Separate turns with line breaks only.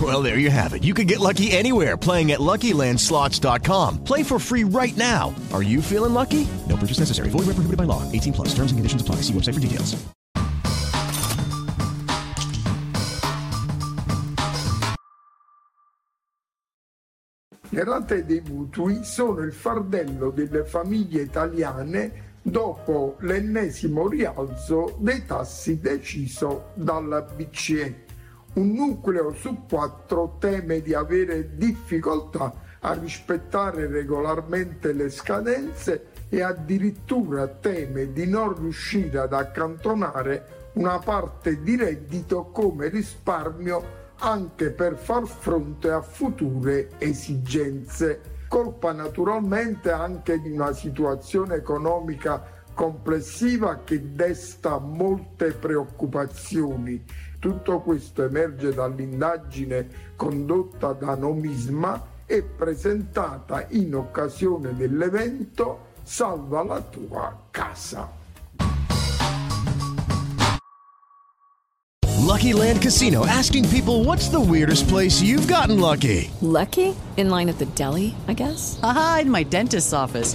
Well, there you have it. You can get lucky anywhere playing at LuckyLandSlots.com. Play for free right now. Are you feeling lucky? No purchase necessary. Void where prohibited by law. 18 plus. Terms and conditions apply. See website for details.
Le rate dei mutui sono il fardello delle famiglie italiane dopo l'ennesimo rialzo dei tassi deciso dalla BCE. Un nucleo su quattro teme di avere difficoltà a rispettare regolarmente le scadenze e addirittura teme di non riuscire ad accantonare una parte di reddito come risparmio anche per far fronte a future esigenze. Colpa naturalmente anche di una situazione economica complessiva che desta molte preoccupazioni. Tutto questo emerge dall'indagine condotta da Nomisma e presentata in occasione dell'evento Salva la tua casa.
Lucky Land Casino asking people what's the weirdest place you've gotten lucky?
Lucky? In line at the deli, I guess?
Aha, in my dentist's office.